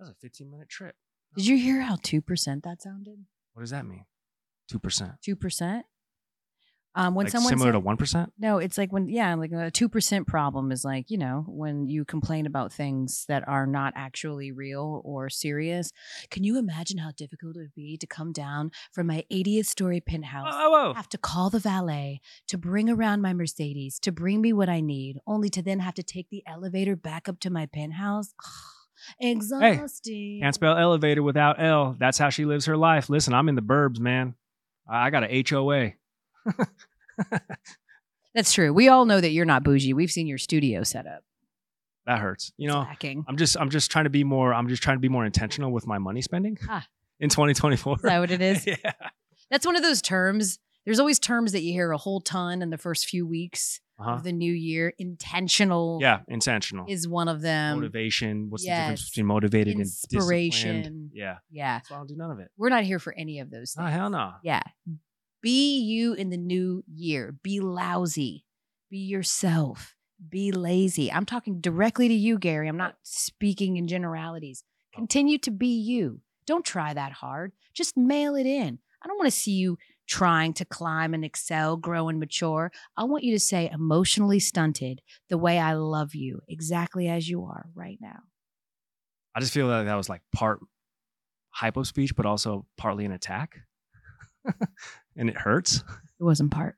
B: That was a 15 minute trip.
A: Did you hear how 2% that sounded?
B: What does that mean? 2%.
A: 2%? Um, when
B: like
A: someone
B: similar
A: said-
B: to 1%?
A: No, it's like when yeah, like a two percent problem is like you know when you complain about things that are not actually real or serious. Can you imagine how difficult it would be to come down from my 80th story
B: Oh,
A: penthouse?
B: oh, oh.
A: Have to call the valet to bring around my Mercedes to bring me what I need, only to then have to take the elevator back up to my penthouse. Exhausting.
B: Can't spell elevator without L. That's how she lives her life. Listen, I'm in the burbs, man. I I got a HOA.
A: That's true. We all know that you're not bougie. We've seen your studio setup.
B: That hurts. You
A: It's
B: know,
A: lacking.
B: I'm just I'm just trying to be more I'm just trying to be more intentional with my money spending
A: Ah.
B: in 2024.
A: Is that what it is?
B: yeah.
A: That's one of those terms. There's always terms that you hear a whole ton in the first few weeks
B: Uh-huh.
A: of the new year. Intentional
B: Yeah, intentional.
A: is one of them.
B: Motivation. What's the difference
A: yes.
B: between motivated and
A: Inspiration.
B: disciplined? Yeah.
A: Yeah.
B: So I'll do none of it.
A: We're not here for any of those
B: Oh,
A: things.
B: hell no.
A: Yeah. Be you in the new year. Be lousy. Be yourself. Be lazy. I'm talking directly to you, Gary. I'm not speaking in generalities. Continue to be you. Don't try that hard. Just mail it in. I don't want to see you trying to climb and excel, grow and mature. I want you to say emotionally stunted the way I love you, exactly as you are right now.
B: I just feel that that was like part hype of speech, but also partly an attack. and it hurts.
A: It wasn't part.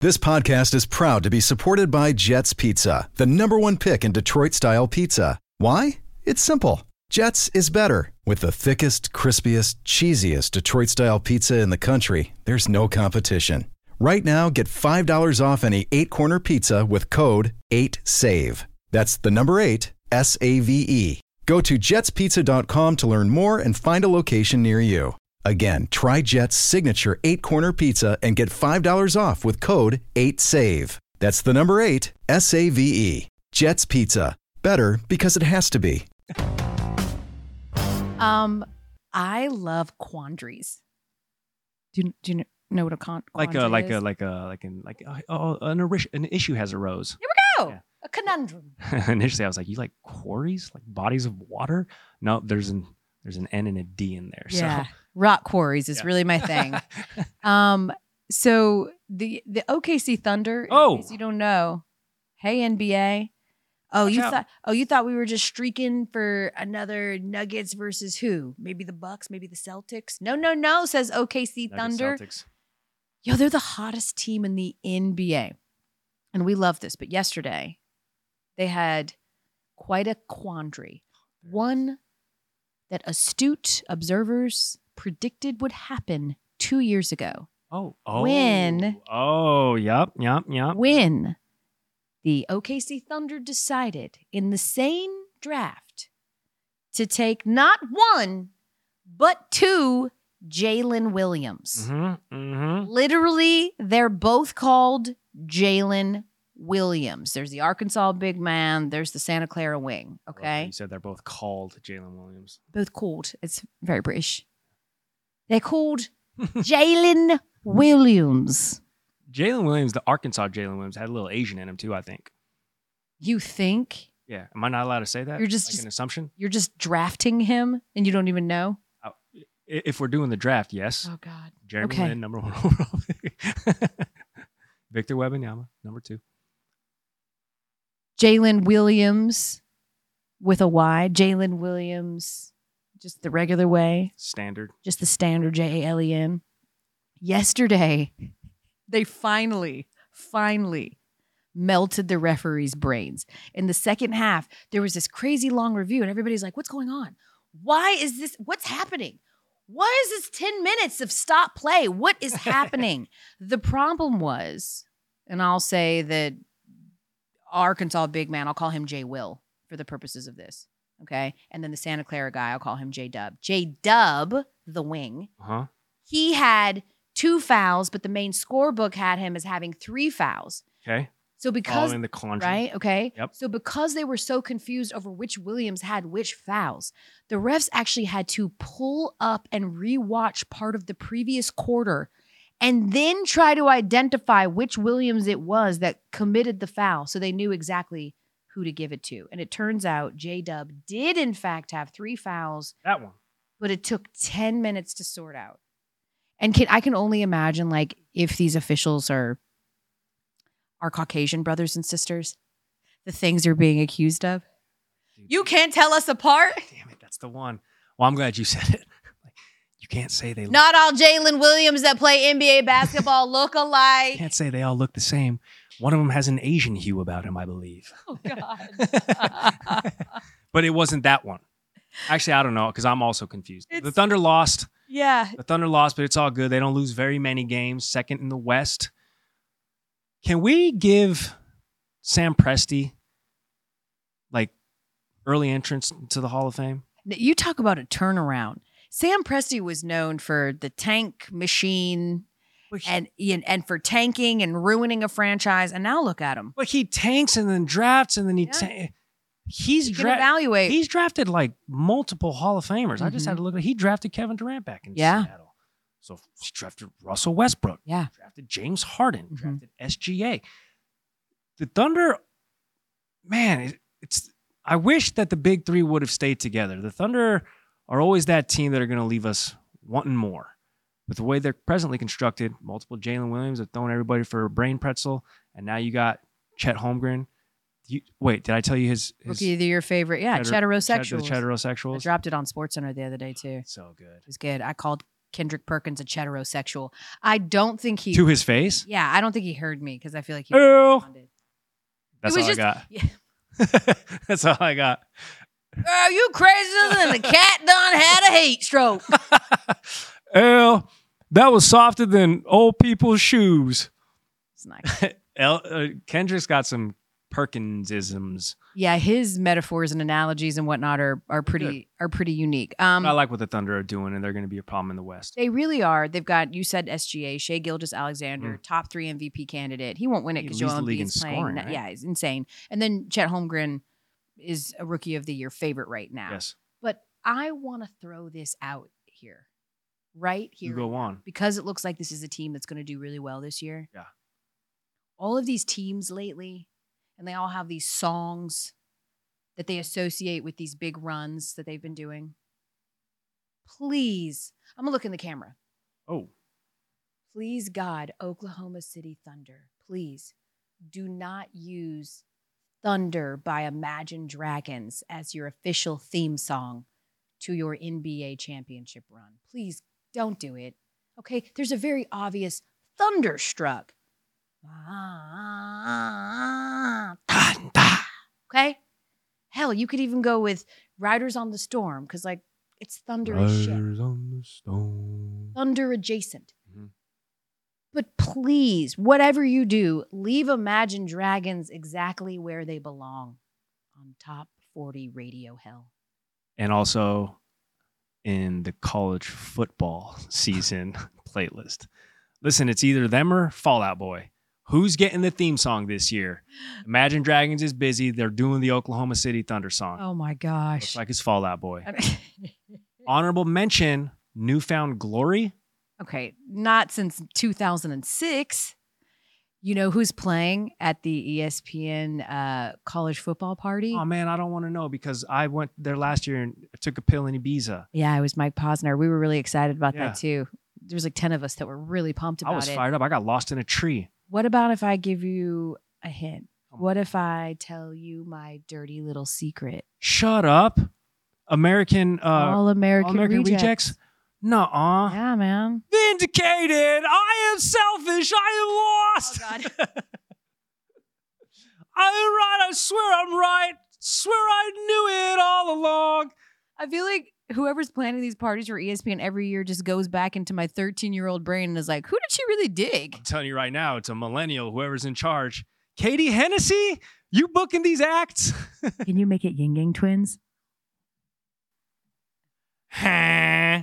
C: This podcast is proud to be supported by Jets Pizza, the number one pick in Detroit style pizza. Why? It's simple. Jets is better. With the thickest, crispiest, cheesiest Detroit style pizza in the country, there's no competition. Right now, get $5 off any eight corner pizza with code 8SAVE. That's the number eight, S A V E. Go to jetspizza.com to learn more and find a location near you. Again, try Jet's signature eight corner pizza and get $5 off with code 8SAVE. That's the number eight, S A V E. Jet's Pizza. Better because it has to be.
A: Um, I love quandaries. Do you, do you know what a con-
B: Like
A: quandary
B: a like
A: is?
B: a like a like an like uh, oh an, arish- an issue has arose.
A: Oh,
B: yeah.
A: a conundrum.
B: Initially I was like, you like quarries, like bodies of water? No, there's an there's an N and a D in there.
A: Yeah, rock quarries is
B: Yeah.
A: really my
B: So
A: thing. um, so the the OKC Thunder. in
B: Oh.
A: case you don't know. Hey NBA. Oh,
B: Watch
A: you
B: out.
A: thought oh you thought we were just streaking for another Nuggets versus who? Maybe the Bucks, maybe the Celtics. No, no, no, says OKC
B: Nuggets,
A: Thunder.
B: Celtics.
A: Yo, they're the hottest team in the NBA. And we love this. But yesterday, they had quite a quandary. One that astute observers predicted would happen two years ago
B: Oh, oh.
A: When-
B: Oh, yep, yep, yep.
A: when the OKC Thunder decided in the same draft to take not one, but two Jalen Williams.
B: Mm-hmm, mm-hmm.
A: Literally, they're both called Jalen Williams. There's the Arkansas big man. There's the Santa Clara wing. Okay,
B: You said they're both called Jalen Williams.
A: both called. It's very British. They're called Jalen Williams.
B: Jalen Williams, the Arkansas Jalen Williams, had a little Asian in him too, I think.
A: You think
B: Yeah. Am I not allowed to say that?
A: You're just-
B: like an assumption.
A: you're just drafting him and you don't even know?
B: I- i- If we're doing the draft, yes.
A: Oh God.
B: Jeremy
A: okay.
B: Lin, number one overall pick. Victor Webanyama, number two.
A: Jalen Williams with a Y. Jalen Williams, just the regular way.
B: Standard.
A: just the standard J A L E N. Yesterday, they finally, finally melted the referee's brains. In the second half, there was this crazy long review, and everybody's like, What's going on? Why is this? What's happening? Why is this 10 minutes of stop play? What is happening? the problem was, and I'll say that Arkansas big man, I'll call him J Will for the purposes of this. Okay. And then the Santa Clara guy, I'll call him J Dub. J Dub, the wing,
B: Uh huh.
A: he had two fouls, but the main scorebook had him as having three fouls.
B: Okay.
A: So because
B: Following the conjure.
A: right, okay.
B: Yep.
A: So because they were so confused over which Williams had which fouls, the refs actually had to pull up and rewatch part of the previous quarter and then try to identify which Williams it was that committed the foul so they knew exactly who to give it to. And it turns out J Dub did, in fact, have three fouls,
B: That one.
A: but it took 10 minutes to sort out. And can, I can only imagine, like, if these officials are are Caucasian brothers and sisters, the things they're being accused of.
B: Dude,
A: You can't tell us apart.
B: Damn it, that's the one. Well, I'm glad you said it. Like, you can't say they
A: Not all Jalen Williams that play NBA basketball look
B: look,
A: alike.
B: can't say they all look the same. One of them has an Asian hue about him, I believe.
A: Oh God.
B: But it wasn't that one. Actually, I don't know because I'm also confused. the
A: It's-
B: Thunder lost.
A: yeah.
B: The Thunder lost, but it's all good. They don't lose very many games. Second in the West. Can we give Sam Presti like early entrance to the Hall of Fame?
A: You talk about a turnaround. Sam Presti was known for the tank machine and and, and for tanking and ruining a franchise. And now look at him.
B: But he tanks and then drafts and then he
A: Yeah.
B: ta- he's
A: You can
B: dra-
A: evaluate.
B: he's drafted like multiple Hall of Famers. I just
A: Mhm.
B: had to look at he drafted Kevin Durant back in
A: Yeah.
B: Seattle. So he drafted Russell Westbrook.
A: Yeah.
B: Drafted James Harden.
A: Mhm.
B: Drafted SGA. The Thunder, man, it, it's I wish that the big three would have stayed together. The Thunder are always that team that are going to leave us wanting more. But the way they're presently constructed, multiple Jalen Williams have thrown everybody for a brain pretzel, and now you got Chet Holmgren. You, wait, did I tell you his, his
A: Rookie of the year favorite. Yeah,
B: Cheddar-
A: Cheddarosexuals. I
B: Cheddarosexuals.
A: dropped it on SportsCenter the other day too. It
B: So good.
A: was good. I called Kendrick Perkins a Cheddarosexual. I don't think he.
B: To his face.
A: yeah, I don't think he heard me because I feel like he.
B: Oh,
A: responded.
B: that's all
A: was just-
B: I got.
A: Yeah.
B: that's all I got.
A: Girl, you crazier than the cat done had a heat stroke.
B: Earl, that was softer than old people's shoes.
A: It's not
B: El, uh, Kendrick's got some Perkinsisms.
A: Yeah, his metaphors and analogies and whatnot are are pretty are pretty unique. Um,
B: I like what the Thunder are doing, and they're going to be a problem in the West.
A: they really are. They've got you said SGA, Shea Gildas Alexander, top three MVP candidate. He won't win it
B: Hmm. He
A: because
B: leads
A: Joel
B: the league
A: Embiid is
B: in
A: playing.
B: scoring,
A: N-
B: right?
A: Yeah, he's insane. And then Chet Holmgren is a rookie of the year favorite right now.
B: Yes,
A: But I want to throw this out here, right here,
B: you go on.
A: because it looks like this is a team that's going to do really well this year.
B: Yeah.
A: All of these teams lately, and they all have these songs that they associate with these big runs that they've been doing. Please, I'm going to look in the camera.
B: Oh,
A: Please, God, Oklahoma City Thunder, please do not use Thunder by Imagine Dragons as your official theme song to your NBA championship run. Please don't do it. Okay, there's a very obvious thunderstruck.
B: Thunder.
A: Okay? Hell, you could even go with Riders on the Storm, because like it's thunder as shit.
B: Riders on the storm.
A: thunder adjacent.
B: Mhm.
A: But please, whatever you do, leave Imagine Dragons exactly where they belong on top 40 radio hell.
B: and also in the college football season playlist. Listen, it's either them or Fallout Boy. Who's getting the theme song this year? Imagine Dragons is busy. They're doing the Oklahoma City Thunder song.
A: Oh my
B: Looks
A: gosh.
B: like it's Fallout Boy.
A: okay,
B: Honorable mention, Newfound Glory.
A: not since 2006. You know who's playing at the E ESPN uh, college football party?
B: Oh man, I don't want to know because I went there last year and took a pill in Ibiza.
A: yeah, it was Mike Posner. We were really excited about
B: Yeah.
A: that too. There was like 10 of us that were really pumped about
B: I was
A: it.
B: fired up. I got lost in a tree.
A: What about if I give you a hint?
B: Come on.
A: What if I tell you my dirty little secret?
B: Shut up. American uh
A: All Oh, American,
B: American
A: Rejects.
B: Rejects. Nuh-uh.
A: Yeah, man.
B: vindicated. I am selfish. I am
A: Oh,
B: lost. I am right. I swear I'm right. Swear I knew it all along.
A: I feel like whoever's planning these parties for E ESPN every year just goes back into my 13 year old brain and is like, who did she really dig?
B: I'm telling you right now, it's a millennial, whoever's in charge. Katie Hennessy, you booking these acts?
A: Can you make it Ying Yang Twins?
B: yeah,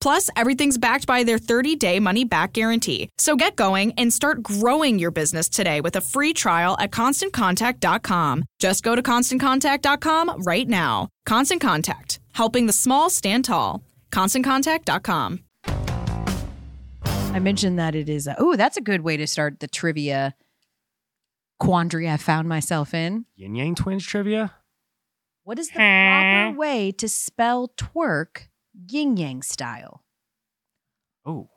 D: Plus, everything's backed by their 30 day money back guarantee. So get going and start growing your business today with a free trial at constantcontact.com. Just go to constantcontact.com right now. Constant Contact, helping the small stand tall. ConstantContact.com.
A: I mentioned that it is. Oh, that's a good way to start the trivia quandary I found myself in.
B: Yin Yang Twins trivia.
A: What is the proper way to spell twerk yin yang style?
B: Oh,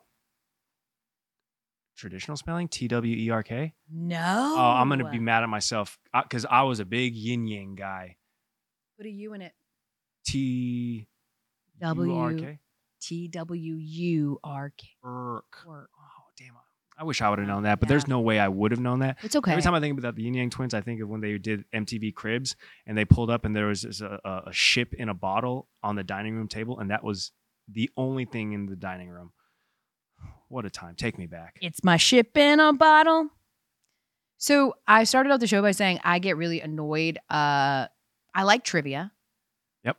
B: traditional spelling T W E R K.
A: No.
B: Oh, I'm gonna be mad at myself because I was a big Yin Yang guy.
A: Put a U in it.
B: T U R
A: W E
B: K.
A: T W U R K.
B: Irk.
A: Twerk.
B: Oh, damn. I wish I would have known that, but there's
A: Yeah.
B: no way I would have known that.
A: It's okay.
B: Every time I think about the Yin Yang Twins, I think of when they did MTV Cribs and they pulled up and there was this, a, a, a ship in a bottle on the dining room table, and that was the only thing in the dining room. What a time! Take me back.
A: It's my ship in a bottle. So I started out the show by saying I get really annoyed. Uh, I like trivia.
B: Yep.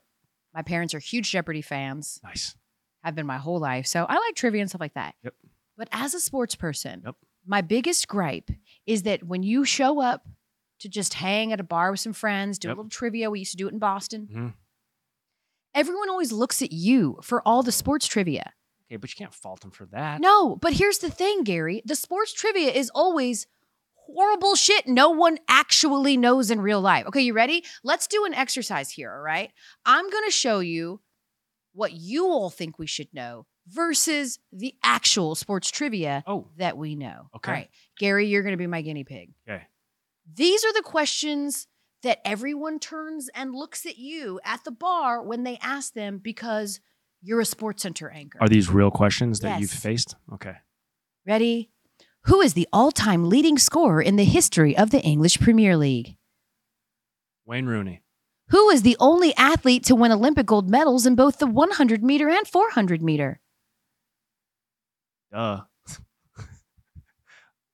A: My parents are huge Jeopardy fans,
B: Nice.
A: have been my whole life. So I like trivia and stuff like that.
B: Yep.
A: But as a sports person,
B: Yep.
A: my biggest gripe is that when you show up to just hang at a bar with some friends, do a
B: Yep.
A: little trivia, we used to do it in Boston,
B: Mhm.
A: everyone always looks at you for all the sports trivia.
B: Okay, but you can't fault them for that.
A: No, but here's the thing, Gary. The sports trivia is always horrible shit no one actually knows in real life. Okay, you ready? Let's do an exercise here, all right? I'm going to show you what you all think we should know versus the actual sports trivia
B: Oh,
A: that we know.
B: Okay.
A: All right. Gary, you're going to be my guinea pig.
B: okay.
A: These are the questions that everyone turns and looks at you at the bar when they ask them because you're a sports center anchor.
B: Are these real questions that you've
A: Yes.
B: faced? Okay.
A: Ready? Who is the all time leading scorer in the history of the English Premier League?
B: Wayne Rooney.
A: Who is the only athlete to win Olympic gold medals in both the 100 meter and 400 meter?
B: Duh.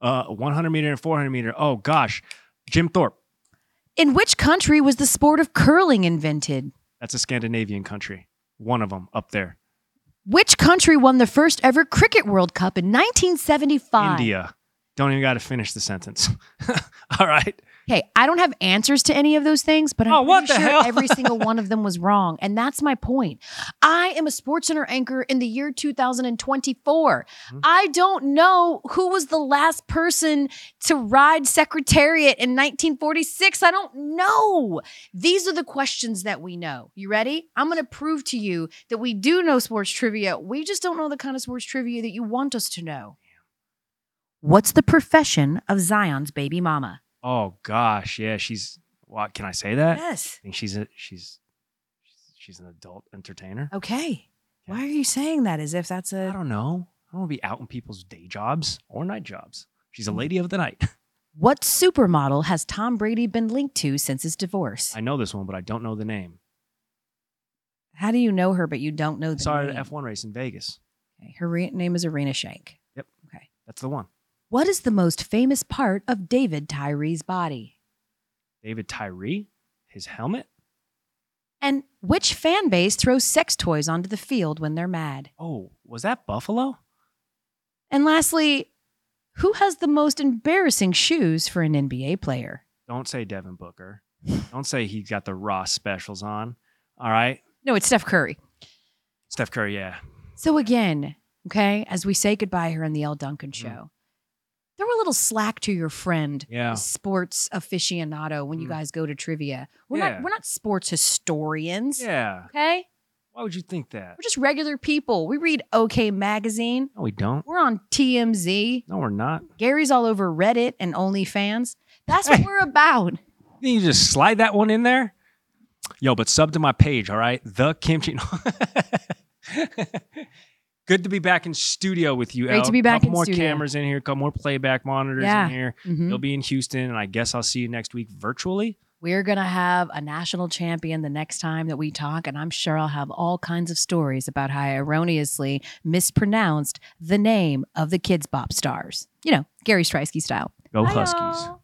B: uh, 100 meter and 400 meter. Oh gosh, Jim Thorpe.
A: In which country was the sport of curling invented?
B: That's a Scandinavian country. One of them up there.
A: Which country won the first ever Cricket World Cup in 1975?
B: India. Don't even got to finish the sentence. All right.
A: Okay, I don't have answers to any of those things, but I'm
B: Oh, what
A: pretty
B: the
A: sure
B: hell?
A: every single one of them was wrong. And that's my point. I am a sports center anchor in the year 2024.
B: Mm-hmm.
A: I don't know who was the last person to ride Secretariat in 1946. I don't know. These are the questions that we know. You ready? I'm going to prove to you that we do know sports trivia. We just don't know the kind of sports trivia that you want us to know. What's the profession of Zion's baby mama?
B: Oh gosh, yeah. She's. What can I say that? I
A: Yes.
B: think she's a she's she's an adult entertainer.
A: Okay.
B: Yeah.
A: Why are you saying that as if that's
B: I
A: a
B: don't know. I don't want to be out in people's day jobs or night jobs. She's
A: Mm.
B: a lady of the night.
A: What supermodel has Tom Brady been linked to since his divorce?
B: I know this one, but I don't know the name.
A: How do you know her but you don't know the
B: Sorry,
A: name?
B: at F1 race in Vegas.
A: Okay, Her re- name is Arena Shank.
B: Yep.
A: Okay.
B: That's the one.
A: What is the most famous part of David Tyree's body?
B: David Tyree, his helmet.
A: And which fan base throws sex toys onto the field when they're mad?
B: Oh, was that Buffalo?
A: And lastly, who has the most embarrassing shoes for an NBA player?
B: Don't say Devin Booker. Don't say he got the Ross specials on. All right.
A: No, it's Steph Curry.
B: Steph Curry, yeah.
A: So again, okay, as we say goodbye here on the L Duncan
B: Mhm.
A: show, throw a little slack to your friend,
B: Yeah.
A: the sports aficionado, when you
B: Mhm.
A: guys go to trivia. We're
B: Yeah.
A: not we're not sports historians.
B: Yeah.
A: Okay?
B: Why would you think that?
A: We're just regular people. We read OK magazine.
B: No, we don't.
A: We're on TMZ.
B: No, we're not.
A: Gary's all over Reddit and OnlyFans. That's what
B: Hey.
A: we're about.
B: Then you just slide that one in there. Yo, but sub to my page, all right? The kimchi. Good to be back in studio with you.
A: Great
B: El.
A: to be back
B: Couple
A: in
B: more
A: studio.
B: cameras in here. Couple more playback monitors
A: Yeah.
B: in here.
A: Mhm.
B: You'll be in Houston, and I guess I'll see you next week virtually.
A: We're going to have a national champion the next time that we talk, and I'm sure I'll have all kinds of stories about how I erroneously mispronounced the name of the kids' bop stars. You know, Gary Streisky style.
B: Go
A: Hi,
B: Huskies.
A: y'all.